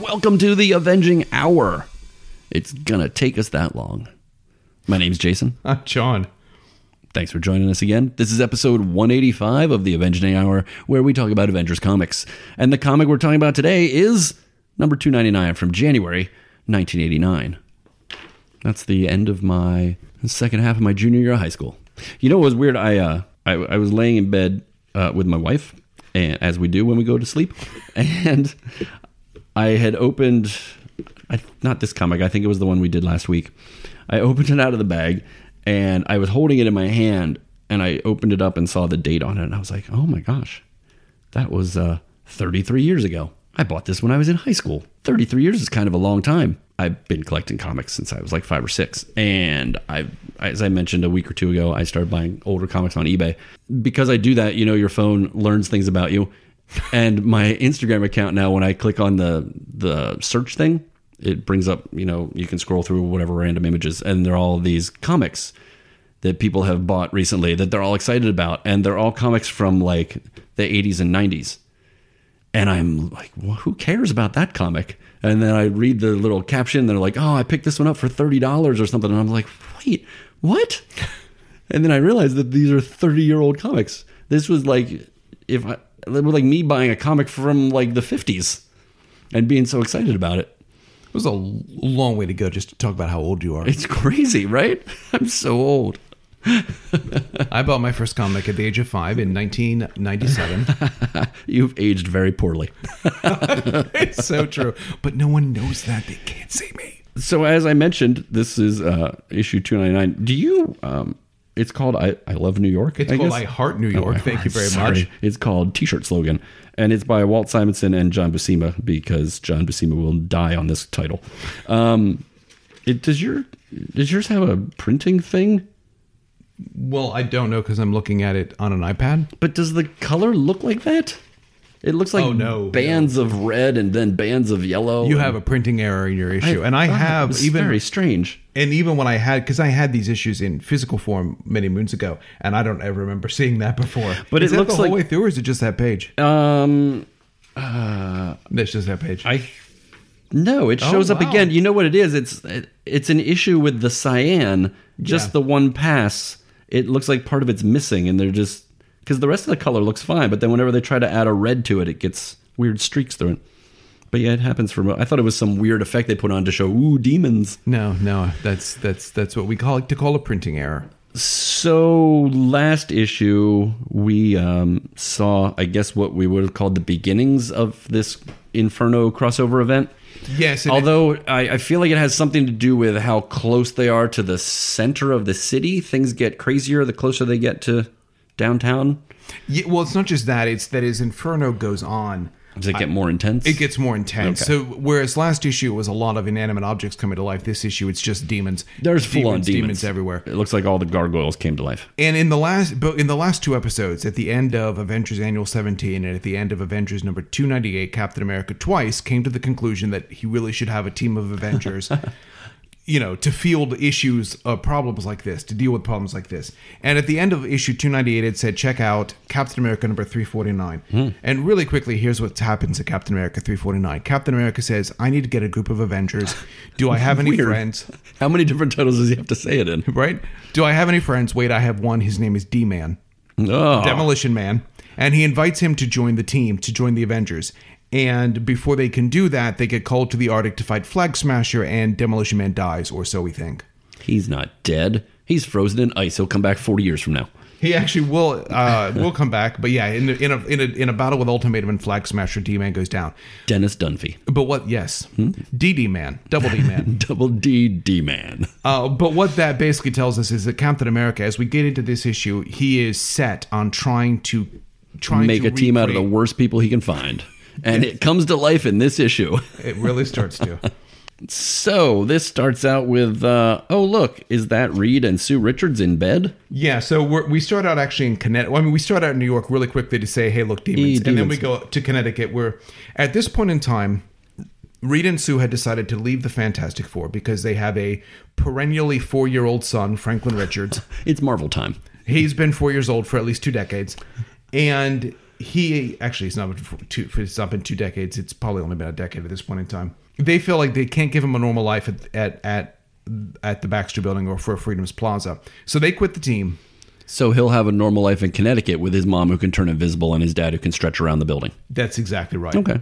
Welcome to the Avenging Hour. It's gonna take us that long. My name's Jason. I'm Ah, John. Thanks for joining us again. This is episode 185 of the Avenging Hour, where we talk about Avengers comics. And the comic we're talking about today is number 299 from January 1989. That's the end of my second half of my junior year of high school. You know what was weird? I uh, I, I was laying in bed uh, with my wife, and as we do when we go to sleep, and I had opened I, not this comic. I think it was the one we did last week. I opened it out of the bag, and I was holding it in my hand, and I opened it up and saw the date on it, and I was like, "Oh my gosh, that was uh, 33 years ago. I bought this when I was in high school. 33 years is kind of a long time. I've been collecting comics since I was like five or six. And I, as I mentioned a week or two ago, I started buying older comics on eBay. Because I do that, you know, your phone learns things about you. And my Instagram account now, when I click on the the search thing, it brings up, you know, you can scroll through whatever random images, and they're all these comics that people have bought recently that they're all excited about, and they're all comics from like the 80s and 90s. And I'm like, well, who cares about that comic? And then I read the little caption. They're like, oh, I picked this one up for thirty dollars or something. And I'm like, wait, what? And then I realized that these are thirty year old comics. This was like, if I, they were like me buying a comic from like the fifties and being so excited about it. It was a l- long way to go just to talk about how old you are. It's crazy, right? I'm so old. I bought my first comic at the age of five in 1997. You've aged very poorly. it's so true. But no one knows that. They can't see me. so as I mentioned, this is uh, issue two ninety nine. Do you? Um, it's called I, I love New York. It's I called guess? I Oh, Heart New York. Thank you very Sorry. much. It's called T-shirt slogan, and it's by Walt Simonson and John Buscema because John Buscema will die on this title. Um, it, does your does yours have a printing thing? Well, I don't know because I'm looking at it on an iPad. But does the color look like that? It looks like Oh, no, bands of red and then bands of yellow. You have a printing error in your issue, and I thought it have was even very strange. and even when I had because I had these issues in physical form many moons ago, and I don't ever remember seeing that before. But is it that looks the whole like- way through, or is it just that page? Um, That's just that page. I no, it shows up Oh, wow. again. You know what it is? It's it, it's an issue with the cyan. Just Yeah. the one pass. It looks like part of it's missing, and they're just because the rest of the color looks fine. But then whenever they try to add a red to it, it gets weird streaks through it. But yeah, it happens for. mo- I thought it was some weird effect they put on to show ooh demons. no, no, that's that's that's what we call it to call a printing error. So last issue we um, saw, I guess, what we would have called the beginnings of this Inferno crossover event. Yes, and Although I, I feel like it has something to do with how close they are to the center of the city, things get crazier the closer they get to downtown. Yeah, well, it's not just that. It's that as Inferno goes on, Does it get more intense? it gets more intense. So whereas last issue was a lot of inanimate objects coming to life, this issue it's just demons. There's full on demons. demons everywhere. It looks like all the gargoyles came to life. And in the last, but in the last two episodes, at the end of Avengers Annual 17 and at the end of Avengers number 298, Captain America twice came to the conclusion that he really should have a team of Avengers, you know, to field issues, uh, problems like this, to deal with problems like this. And at the end of issue 298, it said, check out Captain America number 349. And really quickly, here's what happens at Captain America 349. Captain America says, I need to get a group of Avengers. Do I have any Weird. friends? How many different titles does he have to say it in? Right? Do I have any friends? Wait, I have one. His name is D Man. Oh, Demolition Man, and he invites him to join the team, to join the Avengers. And before they can do that, they get called to the Arctic to fight Flag Smasher, and Demolition Man dies, or so we think. he's not dead. He's frozen in ice. He'll come back 40 years from now. He actually will uh, will come back, but yeah, in in a, in a in a battle with Ultimatum and Flag Smasher, D Man goes down. Dennis Dunphy. But what? Yes, Hmm? DD Man, Double D Man. Double D D man. Uh, but what that basically tells us is that Captain America, as we get into this issue, he is set on trying to trying Make to a team out of the recreate- worst people he can find. And it comes to life in this issue. It really starts to. So this starts out with, uh, oh look, is that Reed and Sue Richards in bed? Yeah, so we're, we start out actually in Connecticut. I mean, we start out in New York really quickly to say, "Hey, look, demons," Hey, and then we demons. go to Connecticut. Where at this point in time, Reed and Sue had decided to leave the Fantastic Four because they have a perennially four-year-old son, Franklin Richards. It's Marvel time. He's been four years old for at least two decades, and he actually it's not been for two it's not been two decades it's probably only been a decade at this point in time they feel like they can't give him a normal life at at at, at the baxter building or for freedom's plaza so they quit the team So he'll have a normal life in Connecticut with his mom who can turn invisible and his dad who can stretch around the building. that's exactly right Okay.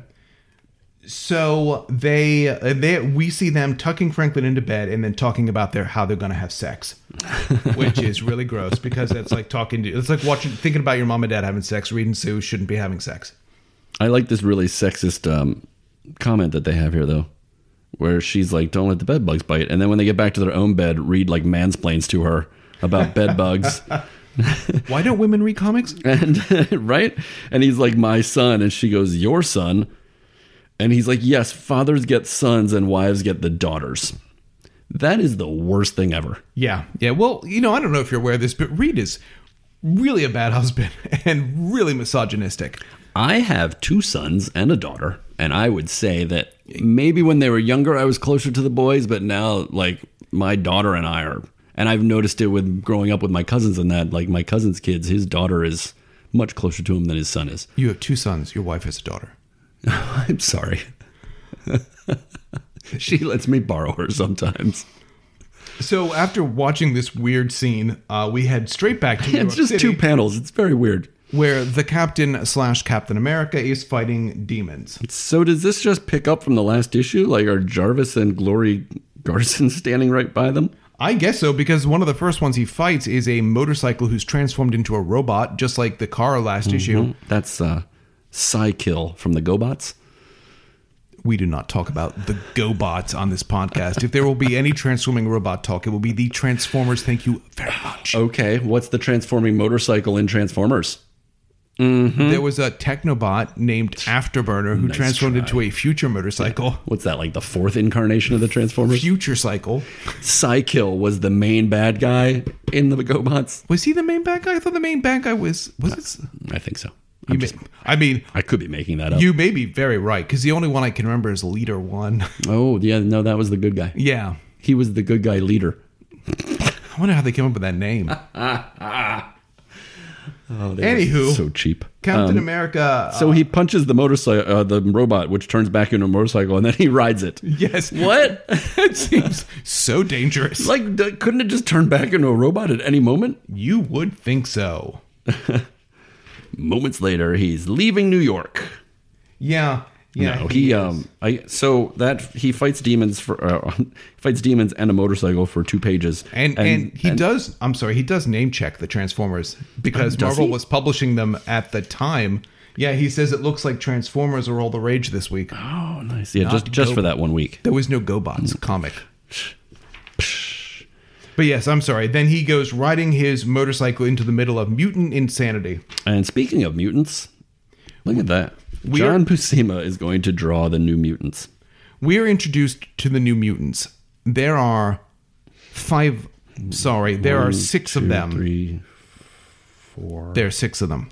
so they they we see them tucking franklin into bed and then talking about their how they're going to have sex which is really gross because that's like talking to it's like watching thinking about your mom and dad having sex reading sue shouldn't be having sex I like this really sexist um, comment that they have here, though, where she's like, "Don't let the bed bugs bite," and then when they get back to their own bed, Reed like mansplains to her about bed bugs, why don't women read comics and right, and he's like, "My son," and she goes, "Your son," and he's like, "Yes, fathers get sons and wives get the daughters." That is the worst thing ever. Yeah, yeah. Well, you know, I don't know if you're aware of this, but Reed is really a bad husband and really misogynistic. I have two sons and a daughter, and I would say that maybe when they were younger, I was closer to the boys, but now, like, my daughter and I are, and I've noticed it with growing up with my cousins and that, like, my cousin's kids, his daughter is much closer to him than his son is. You have two sons. Your wife has a daughter. I'm sorry. she lets me borrow her sometimes. So after watching this weird scene, uh, we head straight back to New It's York just City, two panels. It's very weird. where the Captain slash Captain America is fighting demons. So, does this just pick up from the last issue? Like, are Jarvis and Glory Garson standing right by them? I guess so because one of the first ones he fights is a motorcycle who's transformed into a robot, just like the car last Mm-hmm. issue. That's uh, Psykill from the GoBots. We do not talk about the GoBots on this podcast. If there will be any transforming robot talk, it will be the Transformers. Thank you very much. Okay, what's the transforming motorcycle in Transformers? Mm-hmm. There was a Technobot named Afterburner who transformed into a future motorcycle, What's that like the fourth incarnation of the Transformers? future cycle. Psykill was the main bad guy in the GoBots. Was he the main bad guy? I thought the main bad guy was was it? I think so. You I'm may- just, I mean, I could be making that up. you may be very right because the only one I can remember is Leader One. oh yeah, no, that was the good guy. yeah, He was the good guy leader. I wonder how they came up with that name. Oh, Anywho. so cheap. Captain America. uh, So he punches the motorcycle, uh, the robot, which turns back into a motorcycle, and then he rides it. yes, What? it seems so dangerous. like, d- couldn't it just turn back into a robot at any moment? You would think so. Moments later, he's leaving New York. Yeah, yeah. No, he um I so that he fights demons for uh, fights demons and a motorcycle for two pages And, and he does. I'm sorry, he does name check the Transformers because Does Marvel he? was publishing them at the time. Yeah, he says it looks like Transformers are all the rage this week. oh nice yeah just just go- for that one week There was no Mm. GoBots comic. But yes, I'm sorry. Then he goes riding his motorcycle into the middle of mutant insanity. and speaking of mutants look at that We John Pusima is going to draw the new mutants We are introduced to the new mutants. There are five. Sorry, there are six of them. three There are six of them.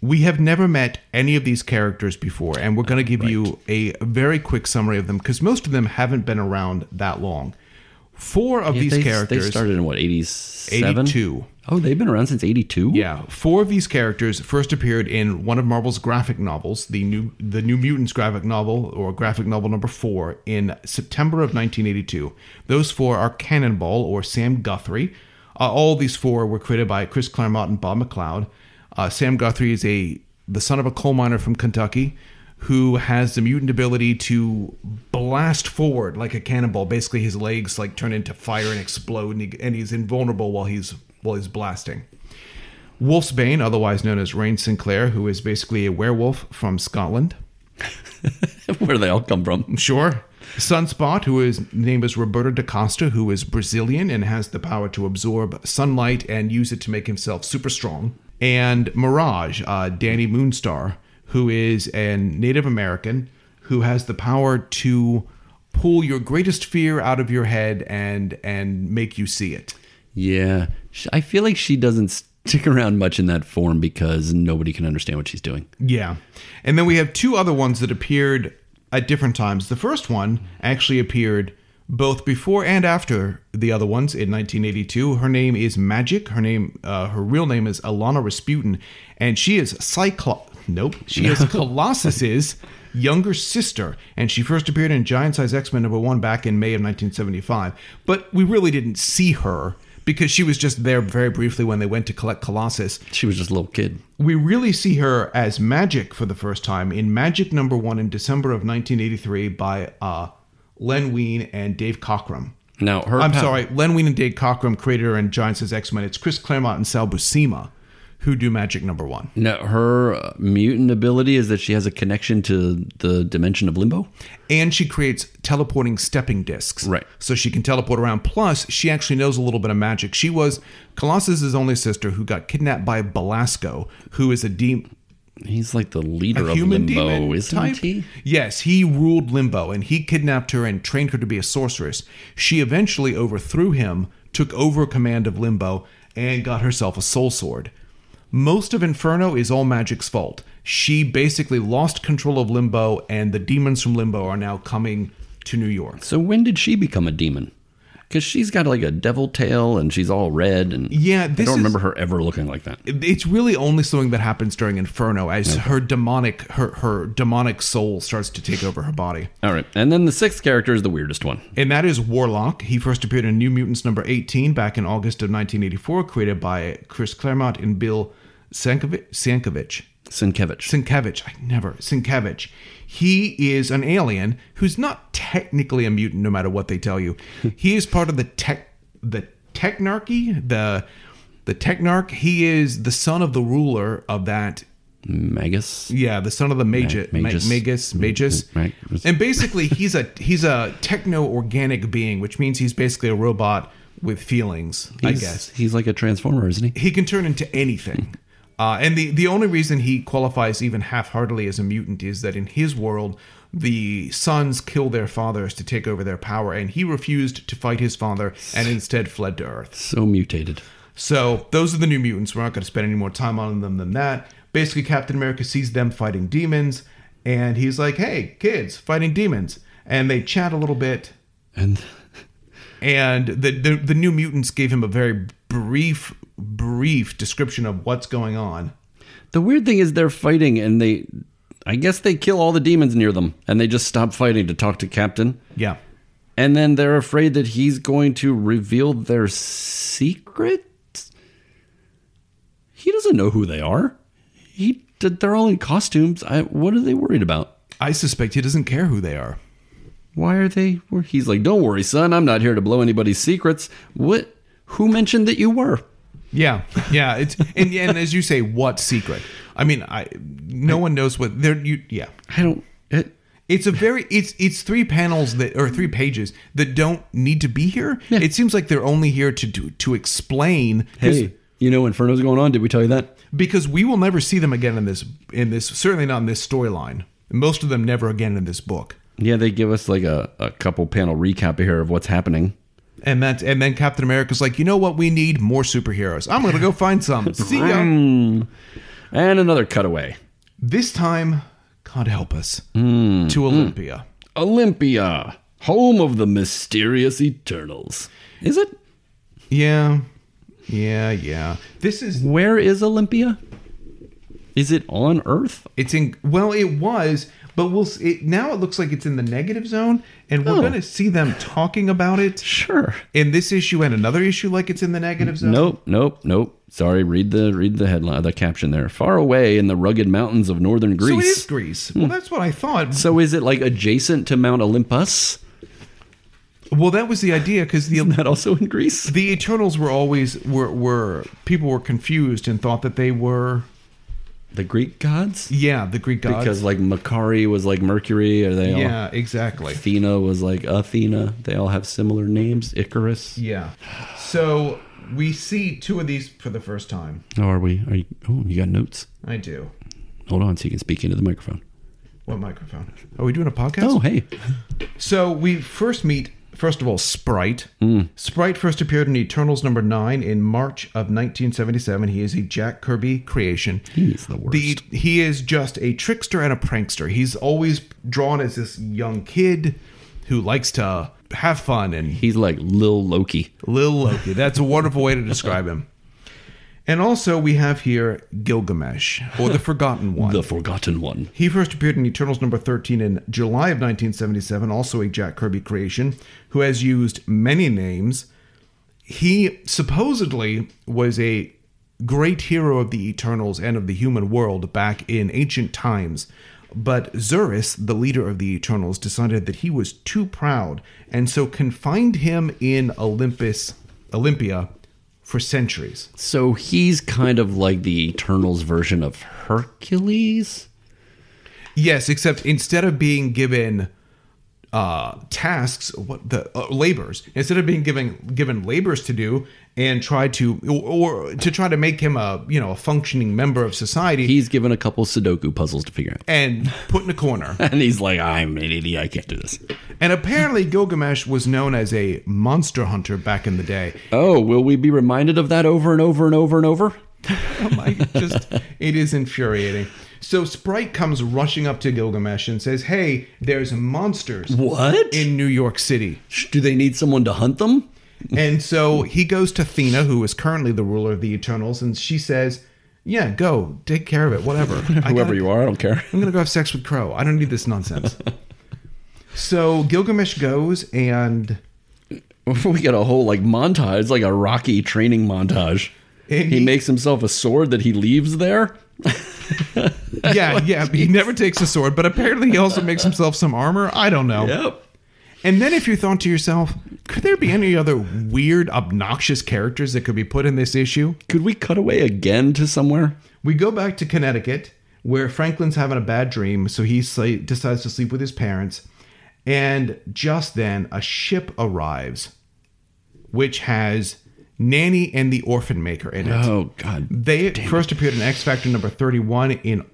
We have never met any of these characters before, and we're going to give you a very quick summary of them because most of them haven't been around that long. Four of these they, characters, they started in what 87 82. oh they've been around since 82 Yeah, four of these characters first appeared in one of Marvel's graphic novels, the new the New Mutants graphic novel or graphic novel number 4 in September of 1982. Those four are Cannonball or Sam Guthrie. Uh, all these four were created by Chris Claremont and Bob McLeod. Uh, Sam Guthrie is a the son of a coal miner from Kentucky who has the mutant ability to blast forward like a cannonball. Basically, his legs like turn into fire and explode, and, he, and he's invulnerable while he's while he's blasting. Wolfsbane, otherwise known as Rain Sinclair, who is basically a werewolf from Scotland. where they all come from Sure. Sunspot, who is named as Roberto da Costa, who is Brazilian and has the power to absorb sunlight and use it to make himself super strong. And Mirage, uh, Danny Moonstar, who is a Native American who has the power to pull your greatest fear out of your head and and make you see it. yeah Sh- I feel like she doesn't stick around much in that form because nobody can understand what she's doing Yeah. And then we have two other ones that appeared at different times. The first one actually appeared both before and after the other ones in 1982. Her name is Magic. Her name, uh, her real name is Alana Rasputin, and she is Cyclops. Nope, she is Colossus's younger sister, and she first appeared in Giant Size X Men number one back in May of 1975. But we really didn't see her because she was just there very briefly when they went to collect Colossus. She was just a little kid. We really see her as Magic for the first time in Magic number one in December of 1983 by uh, Len Wein and Dave Cockrum. Now her. I'm pow- sorry, Len Wein and Dave Cockrum, creator and Giants as X Men. It's Chris Claremont and Sal Buscema who do Magic number one. Now her uh, mutant ability is that she has a connection to the dimension of limbo. And she creates teleporting stepping discs. Right. So she can teleport around. Plus, she actually knows a little bit of magic. She was Colossus's only sister who got kidnapped by Belasco, who is a demon. He's like the leader of human limbo, demon isn't type? he? Yes, he ruled Limbo and he kidnapped her and trained her to be a sorceress. She eventually overthrew him, took over command of Limbo, and got herself a soul sword. Most of Inferno is all magic's fault. She basically lost control of Limbo, and the demons from Limbo are now coming to New York. So when did she become a demon? Because she's got like a devil tail and she's all red and Yeah, I this don't is, remember her ever looking like that. it's really only something that happens during Inferno as her demonic her, her demonic soul starts to take over her body. All right, and then the sixth character is the weirdest one. And that is Warlock. He first appeared in New Mutants number 18 back in August of 1984, created by Chris Claremont and Bill Sienkiewicz. Sienkiewicz. Sienkiewicz. Sienkiewicz. I never. Sienkiewicz. He is an alien who's not technically a mutant, no matter what they tell you. he is part of the tech, the technarchy, the the technarch. He is the son of the ruler of that Magus. yeah, the son of the Magus, Ma- Magus, Magus. Magus, Magus. Ma- Magus. and basically he's a he's a techno organic being, which means he's basically a robot with feelings. I He's- guess he's like a transformer, isn't he? he can turn into anything. Uh, and the, the only reason he qualifies even half heartedly as a mutant is that in his world, the sons kill their fathers to take over their power, and he refused to fight his father and instead fled to Earth. So mutated. So those are the new mutants. We're not going to spend any more time on them than that. Basically, Captain America sees them fighting demons, and he's like, "Hey, kids, fighting demons!" And they chat a little bit. And And the the, the new mutants gave him a very brief, brief description of what's going on. the weird thing is they're fighting and they I guess they kill all the demons near them and they just stop fighting to talk to Captain. Yeah, And then they're afraid that he's going to reveal their secret. He doesn't know who they are. He they're all in costumes. I what are they worried about? I suspect he doesn't care who they are. Why are they where he's like, "Don't worry, son. I'm not here to blow anybody's secrets." What who mentioned that you were? Yeah, yeah. It's and and as you say, what secret? I mean, I no one knows what they're. You yeah. I don't it, It's a very it's it's three panels that or three pages that don't need to be here. It seems like they're only here to do to explain 'cause- Hey, you know Inferno's going on. Did we tell you that? because we will never see them again in this in this certainly not in this storyline. Most of them never again in this book. Yeah, they give us like a, a couple panel recap here of what's happening. And that's and then Captain America's like, you know what? We need more superheroes. I'm gonna go find some. See ya. And another cutaway. This time, God help us to Olympia. Olympia, home of the mysterious Eternals. Is it? Yeah, yeah, yeah. This is Where is Olympia? Is it on Earth? It's in well, it was, but we'll s- it now. It looks like it's in the negative zone, and we're Oh. going to see them talking about it Sure. in this issue and another issue, like it's in the negative zone. Nope, nope, nope. Sorry, read the read the headline, the caption there. Far away in the rugged mountains of northern so it is Greece. Greece. Well, that's what I thought. So is it like adjacent to Mount Olympus? Well, that was the idea because the That also in Greece? the Eternals were always were were people were confused and thought that they were The Greek gods? yeah the Greek gods. Because like Makari was like Mercury, or they all yeah, exactly. Athena was like Athena. They all have similar names. Icarus. Yeah. So we see two of these for the first time. How are we? Are you? Oh, you got notes. I do. Hold on, so you can speak into the microphone. What microphone? Are we doing a podcast? Oh, hey. So we first meet, first of all, Sprite. Sprite first appeared in Eternals number nine in March of 1977. He is a Jack Kirby creation. He's the worst. The, he is just a trickster and a prankster. He's always drawn as this young kid who likes to have fun and He's like Lil Loki. Lil Loki. That's a wonderful way to describe him. And also, we have here Gilgamesh, or the Forgotten One. The Forgotten One. He first appeared in Eternals number 13 in July of 1977, also a Jack Kirby creation, who has used many names. He supposedly was a great hero of the Eternals and of the human world back in ancient times, but Zerus, the leader of the Eternals, decided that he was too proud and so confined him in Olympus, Olympia for centuries. So he's kind of like the Eternals version of Hercules. Yes, except instead of being given uh, tasks, what the uh, labors, instead of being given given labors to do and try to or, or to try to make him a you know a functioning member of society He's given a couple Sudoku puzzles to figure out. and put in a corner. And he's like, I'm an idiot. I can't do this. and apparently, Gilgamesh was known as a monster hunter back in the day. Oh, will we be reminded of that over and over and over and over? Oh my, just it is infuriating. So Sprite comes rushing up to Gilgamesh and says, "Hey, there's monsters What? in New York City." Do they need someone to hunt them? And so he goes to Thena, who is currently the ruler of the Eternals, and she says, "Yeah, go take care of it. Whatever. I Whoever gotta- you are, I don't care. I'm gonna go have sex with Crow. I don't need this nonsense." so Gilgamesh goes, and we get a whole like montage, It's like a Rocky training montage. And he he- makes himself a sword that he leaves there. yeah, yeah, he never takes a sword, but apparently he also makes himself some armor. I don't know. Yep. And then if you thought to yourself, could there be any other weird, obnoxious characters that could be put in this issue? Could we cut away again to somewhere? We go back to Connecticut, where Franklin's having a bad dream, so he sl- decides to sleep with his parents. And just then, a ship arrives, which has Nanny and the Orphan Maker in it. Oh God. They first appeared in X Factor number 31 in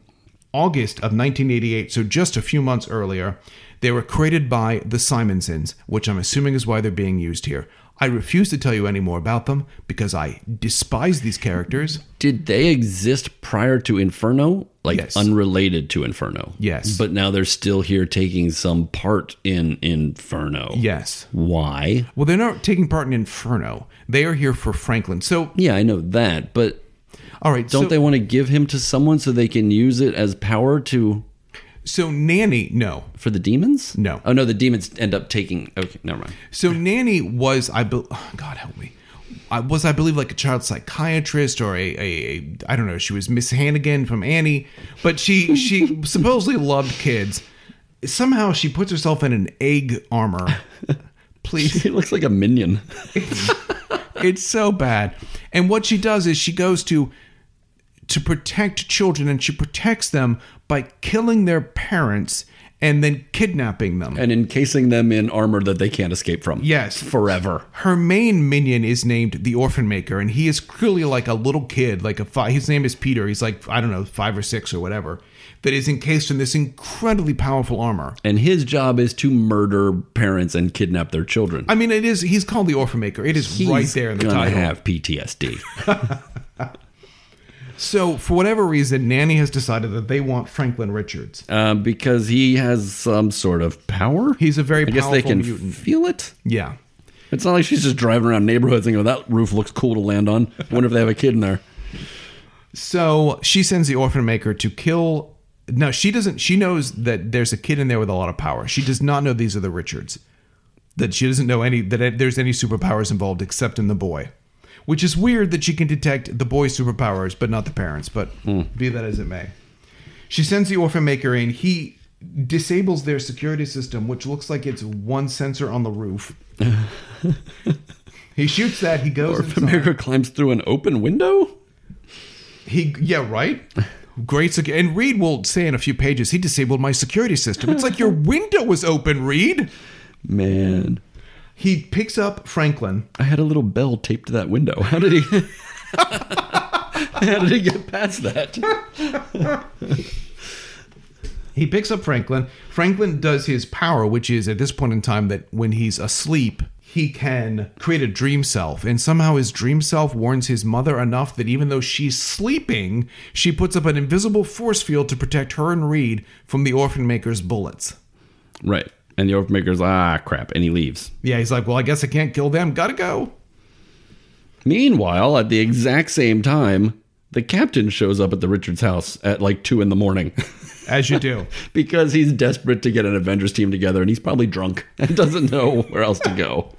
August of 1988, so just a few months earlier. They were created by the Simonsons, which I'm assuming is why they're being used here. I refuse to tell you any more about them because I despise these characters. Did they exist prior to Inferno? Like Yes. unrelated to Inferno. Yes. But now they're still here taking some part in Inferno. Yes. Why? Well, they're not taking part in Inferno. They are here for Franklin. So, Yeah, I know that, but all right. don't so, they want to give him to someone so they can use it as power to So, Nanny, no. for the demons? No. Oh no, the demons end up taking okay, never mind. So Nanny was I be- oh, God help me. I was I believe like a child psychiatrist or a, a, a I don't know, she was Miss Hannigan from Annie, but she she supposedly loved kids. Somehow she puts herself in an egg armor. Please. He looks like a minion. It's so bad. And what she does is she goes to to protect children and she protects them by killing their parents and then kidnapping them. and encasing them in armor that they can't escape from. Yes. Forever. her main minion is named the Orphan Maker, and he is clearly like a little kid, like a five. His name is Peter. He's like I don't know, five or six or whatever. That is encased in this incredibly powerful armor. And his job is to murder parents and kidnap their children. I mean, it is. He's called the Orphan Maker. It is right there in the gonna title. have PTSD. So for whatever reason, Nanny has decided that they want Franklin Richards. uh, because he has some sort of power. He's a very I guess they powerful can mutant. feel it. Yeah. It's not like she's just driving around neighborhoods and go, that roof looks cool to land on. Wonder if they have a kid in there. So she sends the Orphan Maker to kill. No, she doesn't. She knows that there's a kid in there with a lot of power. She does not know these are the Richards. That she doesn't know any that there's any superpowers involved except in the boy, which is weird that she can detect the boy's superpowers but not the parents. But be that as it may, she sends the Orphan Maker in. He disables their security system, which looks like it's one sensor on the roof. he shoots that. He goes. Or if inside. America climbs through an open window? He, yeah, right. Great. Sec- and Reed will say in a few pages, he disabled my security system. It's like your window was open, Reed. Man, He picks up Franklin. I had a little bell taped to that window. How did he... How did he get past that? He picks up Franklin. Franklin does his power, which is at this point in time that when he's asleep, he can create a dream self. And somehow his dream self warns his mother enough that even though she's sleeping, she puts up an invisible force field to protect her and Reed from the orphan maker's bullets. Right. And the Overmaker's ah crap, and he leaves. Yeah, he's like, well, I guess I can't kill them. Gotta go. Meanwhile, at the exact same time, the captain shows up at the Richards house at like two in the morning As you do. because he's desperate to get an Avengers team together, and he's probably drunk and doesn't know where else to go.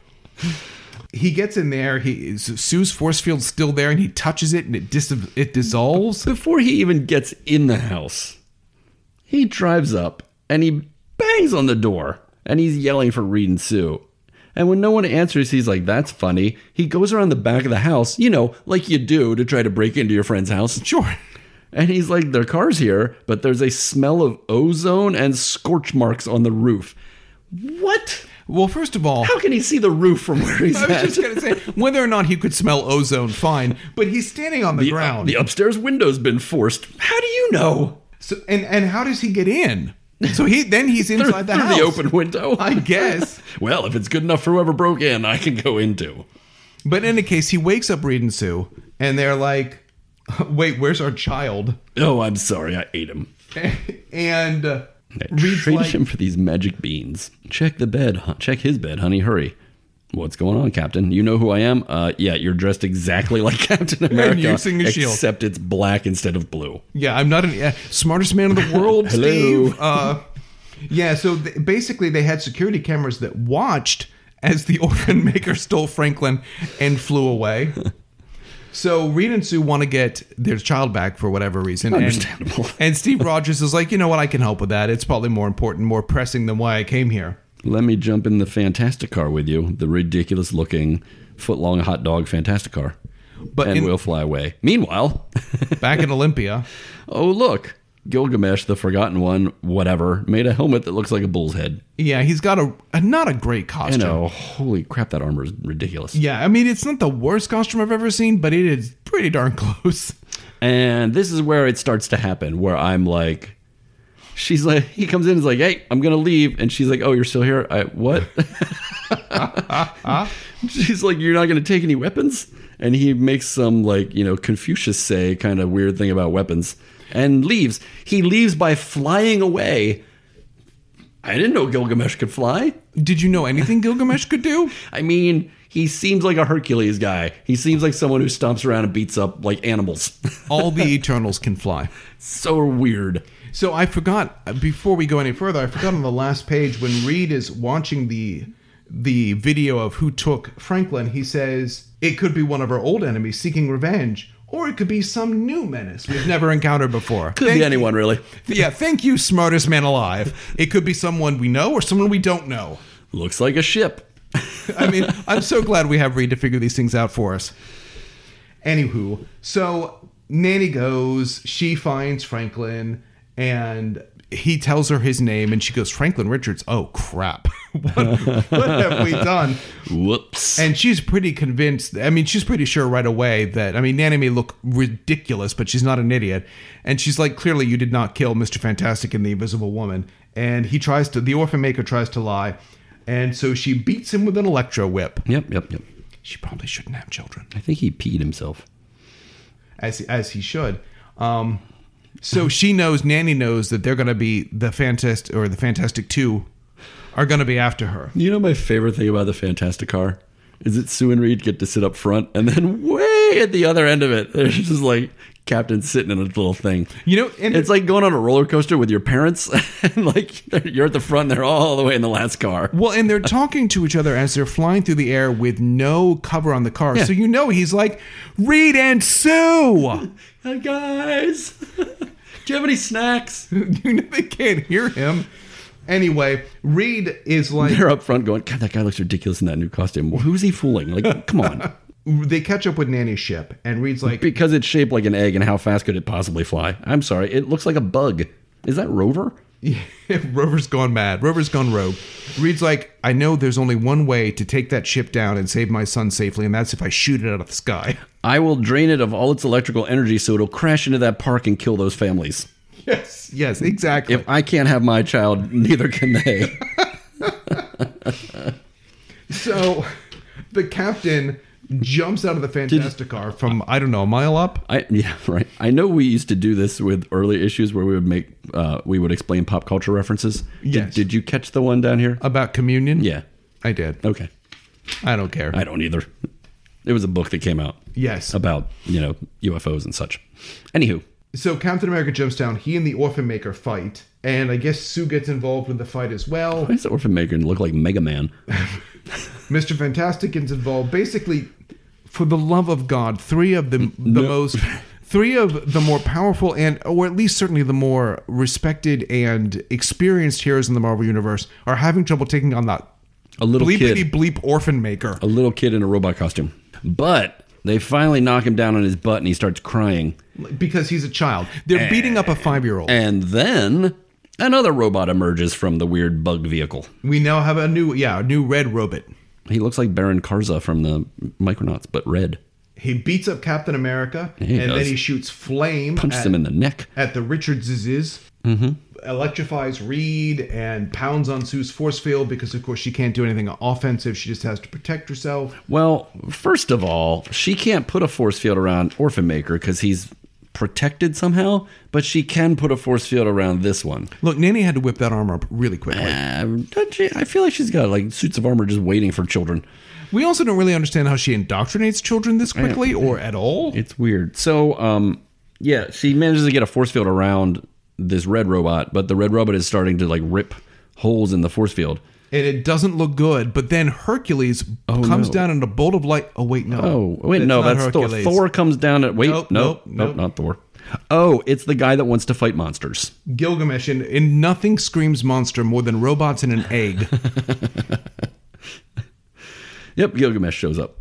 he gets in there. He Sue's force field's still there, and he touches it, and it dis- it dissolves. Before he even gets in the house, he drives up and he bangs on the door and he's yelling for Reed and Sue. And when no one answers, he's like, that's funny. He goes around the back of the house, you know, like you do to try to break into your friend's house. Sure. And he's like, their car's here, but there's a smell of ozone and scorch marks on the roof. What? Well, first of all, How can he see the roof from where he's I at? was just gonna say whether or not he could smell ozone, fine, but he's standing on the, ground. the upstairs window's been forced. How do you know? so, and and how does he get in? So he then he's inside the Through house. the open window. I guess. Well, if it's good enough for whoever broke in, I can go into. But in any case, he wakes up Reed and Sue, and they're like, "Wait, where's our child?" Oh, I'm sorry, I ate him. and uh, I Reed's traded like, him for these magic beans. Check the bed. Huh? Check his bed, honey. Hurry. What's going on, Captain? You know who I am? Uh, yeah, you're dressed exactly like Captain America, using a shield. except it's black instead of blue. Yeah, I'm not an uh, smartest man in the world, Hello. Steve. Uh, yeah, so th- basically they had security cameras that watched as the organ maker stole Franklin and flew away. So Reed and Sue want to get their child back for whatever reason. and- Understandable. And, Steve Rogers is like, you know what, I can help with that. It's probably more important, more pressing than why I came here. Let me jump in the fantastic car with you. The ridiculous looking foot long hot dog fantastic car. But and in- we'll fly away. Meanwhile, Back in Olympia, oh look, Gilgamesh, the forgotten one, whatever, made a helmet that looks like a bull's head. yeah, he's got a, a not a great I costume. know. Holy crap, that armor is ridiculous. Yeah, I mean it's not the worst costume I've ever seen, but it is pretty darn close. And this is where it starts to happen, where I'm like, she's like, he comes in, and is like, hey, I'm gonna leave, and she's like, oh, you're still here? I what? she's like, you're not gonna take any weapons? And he makes some like you know Confucius say kind of weird thing about weapons, and leaves. He leaves by flying away. I didn't know Gilgamesh could fly. Did you know anything Gilgamesh could do? I mean, he seems like a Hercules guy. He seems like someone who stomps around and beats up like animals. All the Eternals can fly. so weird. So I forgot before we go any further. I forgot on the last page when Reed is watching the the video of who took Franklin. He says it could be one of our old enemies seeking revenge, or it could be some new menace we've never encountered before. Could be anyone, really. Yeah, thank you, smartest man alive. It could be someone we know or someone we don't know. Looks like a ship. I mean, I'm so glad we have Reed to figure these things out for us. Anywho, so Nanny goes, she finds Franklin, and he tells her his name, and she goes, Franklin Richards. Oh, crap. what, what have we done? Whoops. And she's pretty convinced. I mean, she's pretty sure right away that, I mean, Nanny may look ridiculous, but she's not an idiot. And she's like, clearly, you did not kill Mr. Fantastic and the Invisible Woman. And he tries to, the orphan maker tries to lie. And so she beats him with an electro whip yep, yep, yep. she probably shouldn't have children I think he peed himself. as as he should um so she knows nanny knows that they're going to be the fantastic or the fantastic 2 are going to be after her You know my favorite thing about the Fantastic Car is that Sue and Reed get to sit up front, and then way at the other end of it, there's just like Captain sitting in a little thing. you know and It's like going on a roller coaster with your parents, and like they're- you're at the front, and they're all the way in the last car. well and they're talking to each other as they're flying through the air with no cover on the car so you know he's like reed and sue Hey guys, do you have any snacks? you know they can't hear him anyway reed is like They're up front going, God, that guy looks ridiculous in that new costume. Well, who's he fooling? Like, come on. they catch up with nanny's ship and reed's like because it's shaped like an egg and how fast could it possibly fly i'm sorry it looks like a bug is that rover Rover's gone mad. Rover's gone rogue. Reed's like, I know there's only one way to take that ship down and save my son safely, and that's if I shoot it out of the sky. i will drain it of all its electrical energy so it'll crash into that park and kill those families Yes, yes, exactly. if i can't have my child neither can they so the captain jumps out of the Fantastic Car from I don't know a mile up. I yeah right. I know we used to do this with early issues where we would make uh, we would explain pop culture references. Did- Yes. Did, you catch the one down here? About communion? yeah. I did. Okay. I don't care. I don't either. It was a book that came out yes. about you know UFOs and such. Anywho, So Captain America jumps down. He and the Orphan Maker fight, and I guess Sue gets involved with the fight as well. why does the Orphan Maker look like Mega Man? Mr. Fantastic gets involved. Basically, for the love of God, three of the the No. most three of the more powerful and or at least certainly the more respected and experienced heroes in the Marvel universe are having trouble taking on that A little kid. bleepity bleep orphan maker. a little kid in a robot costume. But they finally knock him down on his butt and he starts crying. Because he's a child. They're Eh. beating up a five year old. And then another robot emerges from the weird bug vehicle. We now have a new yeah, a new red robot. He looks like Baron Karza from the Micronauts, but red. He beats up Captain America he and then does. he shoots flame Punches at, him in the neck. at the Richardses, Mm-hmm. electrifies Reed and pounds on Sue's force field because, of course, she can't do anything offensive. She just has to protect herself. Well, first of all, she can't put a force field around Orphan Maker because he's protected somehow, but she can put a force field around this one. Look, Nanny had to whip that armor up really quickly. Uh, don't you- I feel like she's got like suits of armor just waiting for children. We also don't really understand how she indoctrinates children this quickly or at all. It's weird. So, um, yeah, she manages to get a force field around this red robot, but the red robot is starting to like rip holes in the force field. And it doesn't look good. But then Hercules comes Oh, no. down in a bolt of light. Oh, wait, no. Oh, wait, no, not that's Thor. Thor comes down at wait, Nope, nope, nope, nope, nope, nope. not Thor. Oh, it's the guy that wants to fight monsters. Gilgamesh, and, and nothing screams monster more than robots and an egg. Yep, Gilgamesh shows up.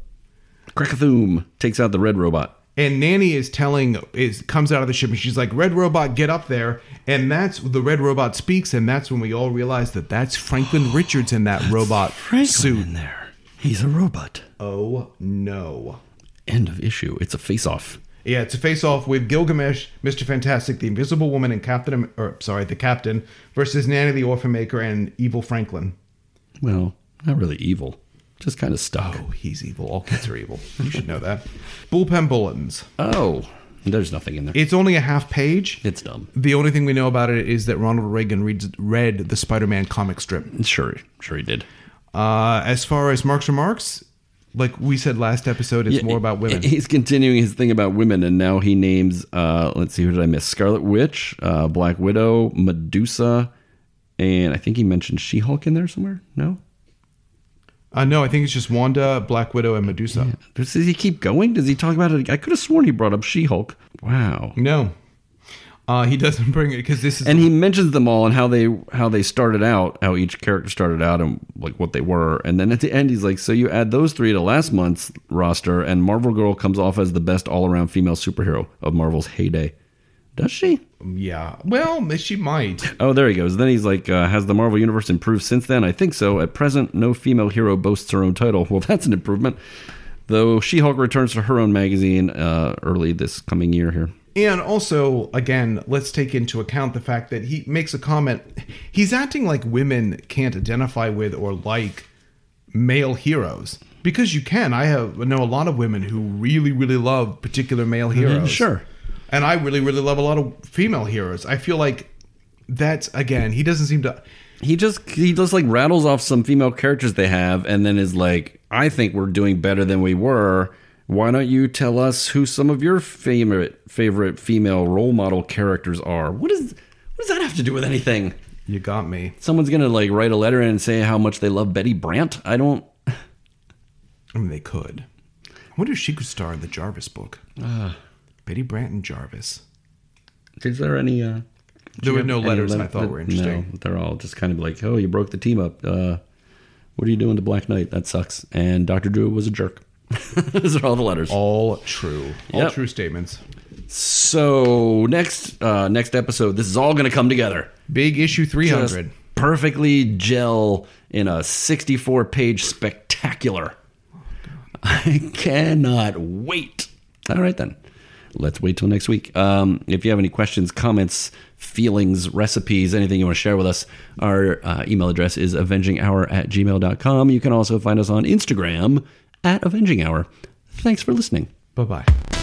Krakathoom takes out the red robot. And Nanny is telling is comes out of the ship and she's like, "Red Robot, get up there!" And that's the Red Robot speaks, and that's when we all realize that that's Franklin Richards in that robot suit. in there. He's a robot. Oh no! End of issue. It's a face off. Yeah, it's a face-off with Gilgamesh, Mister Fantastic, the Invisible Woman, and Captain, Am- or sorry, the Captain versus Nanny the Orphan Maker and Evil Franklin. Well, not really evil. Just kind of stuck. Oh, he's evil. All kids are evil. You should know that. Bullpen bulletins. Oh, there's nothing in there. It's only a half page. It's dumb. The only thing we know about it is that Ronald Reagan reads, read the Spider-Man comic strip. Sure, sure he did. Uh, as far as Mark's remarks, like we said last episode, it's more about women. He's continuing his thing about women, and now he names. Uh, let's see, who did I miss? Scarlet Witch, uh, Black Widow, Medusa, and I think he mentioned She Hulk in there somewhere. No, uh, no, I think it's just Wanda, Black Widow, and Medusa. does he keep going? Does he talk about it? I could have sworn he brought up She Hulk. Wow. No, uh, he doesn't bring it because this is And he mentions them all and how they how they started out, how each character started out, and like what they were. And then at the end, he's like, "So you add those three to last month's roster, and Marvel Girl comes off as the best all around female superhero of Marvel's heyday." Does she? yeah. Well, she might. Oh, there he goes. Then he's like, uh, "Has the Marvel Universe improved since then?" I think so. At present, no female hero boasts her own title. Well, that's an improvement. Though She-Hulk returns to her own magazine uh, early this coming year. Here, And also, again, let's take into account the fact that he makes a comment. He's acting like women can't identify with or like male heroes because you can. I have know a lot of women who really, really love particular male heroes. Mm-hmm. sure. And I really, really love a lot of female heroes. I feel like that's again. He doesn't seem to. he just he just like rattles off some female characters they have, and then is like, "I think we're doing better than we were." Why don't you tell us who some of your favorite favorite female role model characters are? What is what does that have to do with anything? You got me. Someone's gonna like write a letter and say how much they love Betty Brant. I don't. I mean, they could. I wonder if she could star in the Jarvis book. Ah. Betty Brant and Jarvis. Is there any? Uh, There were no any letters letter- I thought were interesting. No, they're all just kind of like, "Oh, you broke the team up. Uh, what are you doing to Black Knight? That sucks." And Doctor Drew was a jerk. Those are all the letters. All true. All Yep. true statements. So next uh, next episode, this is all going to come together. Big issue Just 300. perfectly gel in a 64 page spectacular. I cannot wait. All right then. Let's wait till next week. Um, if you have any questions, comments, feelings, recipes, anything you want to share with us, our uh, email address is avenginghour at gmail.com. You can also find us on Instagram at avenginghour. Thanks for listening. Bye bye.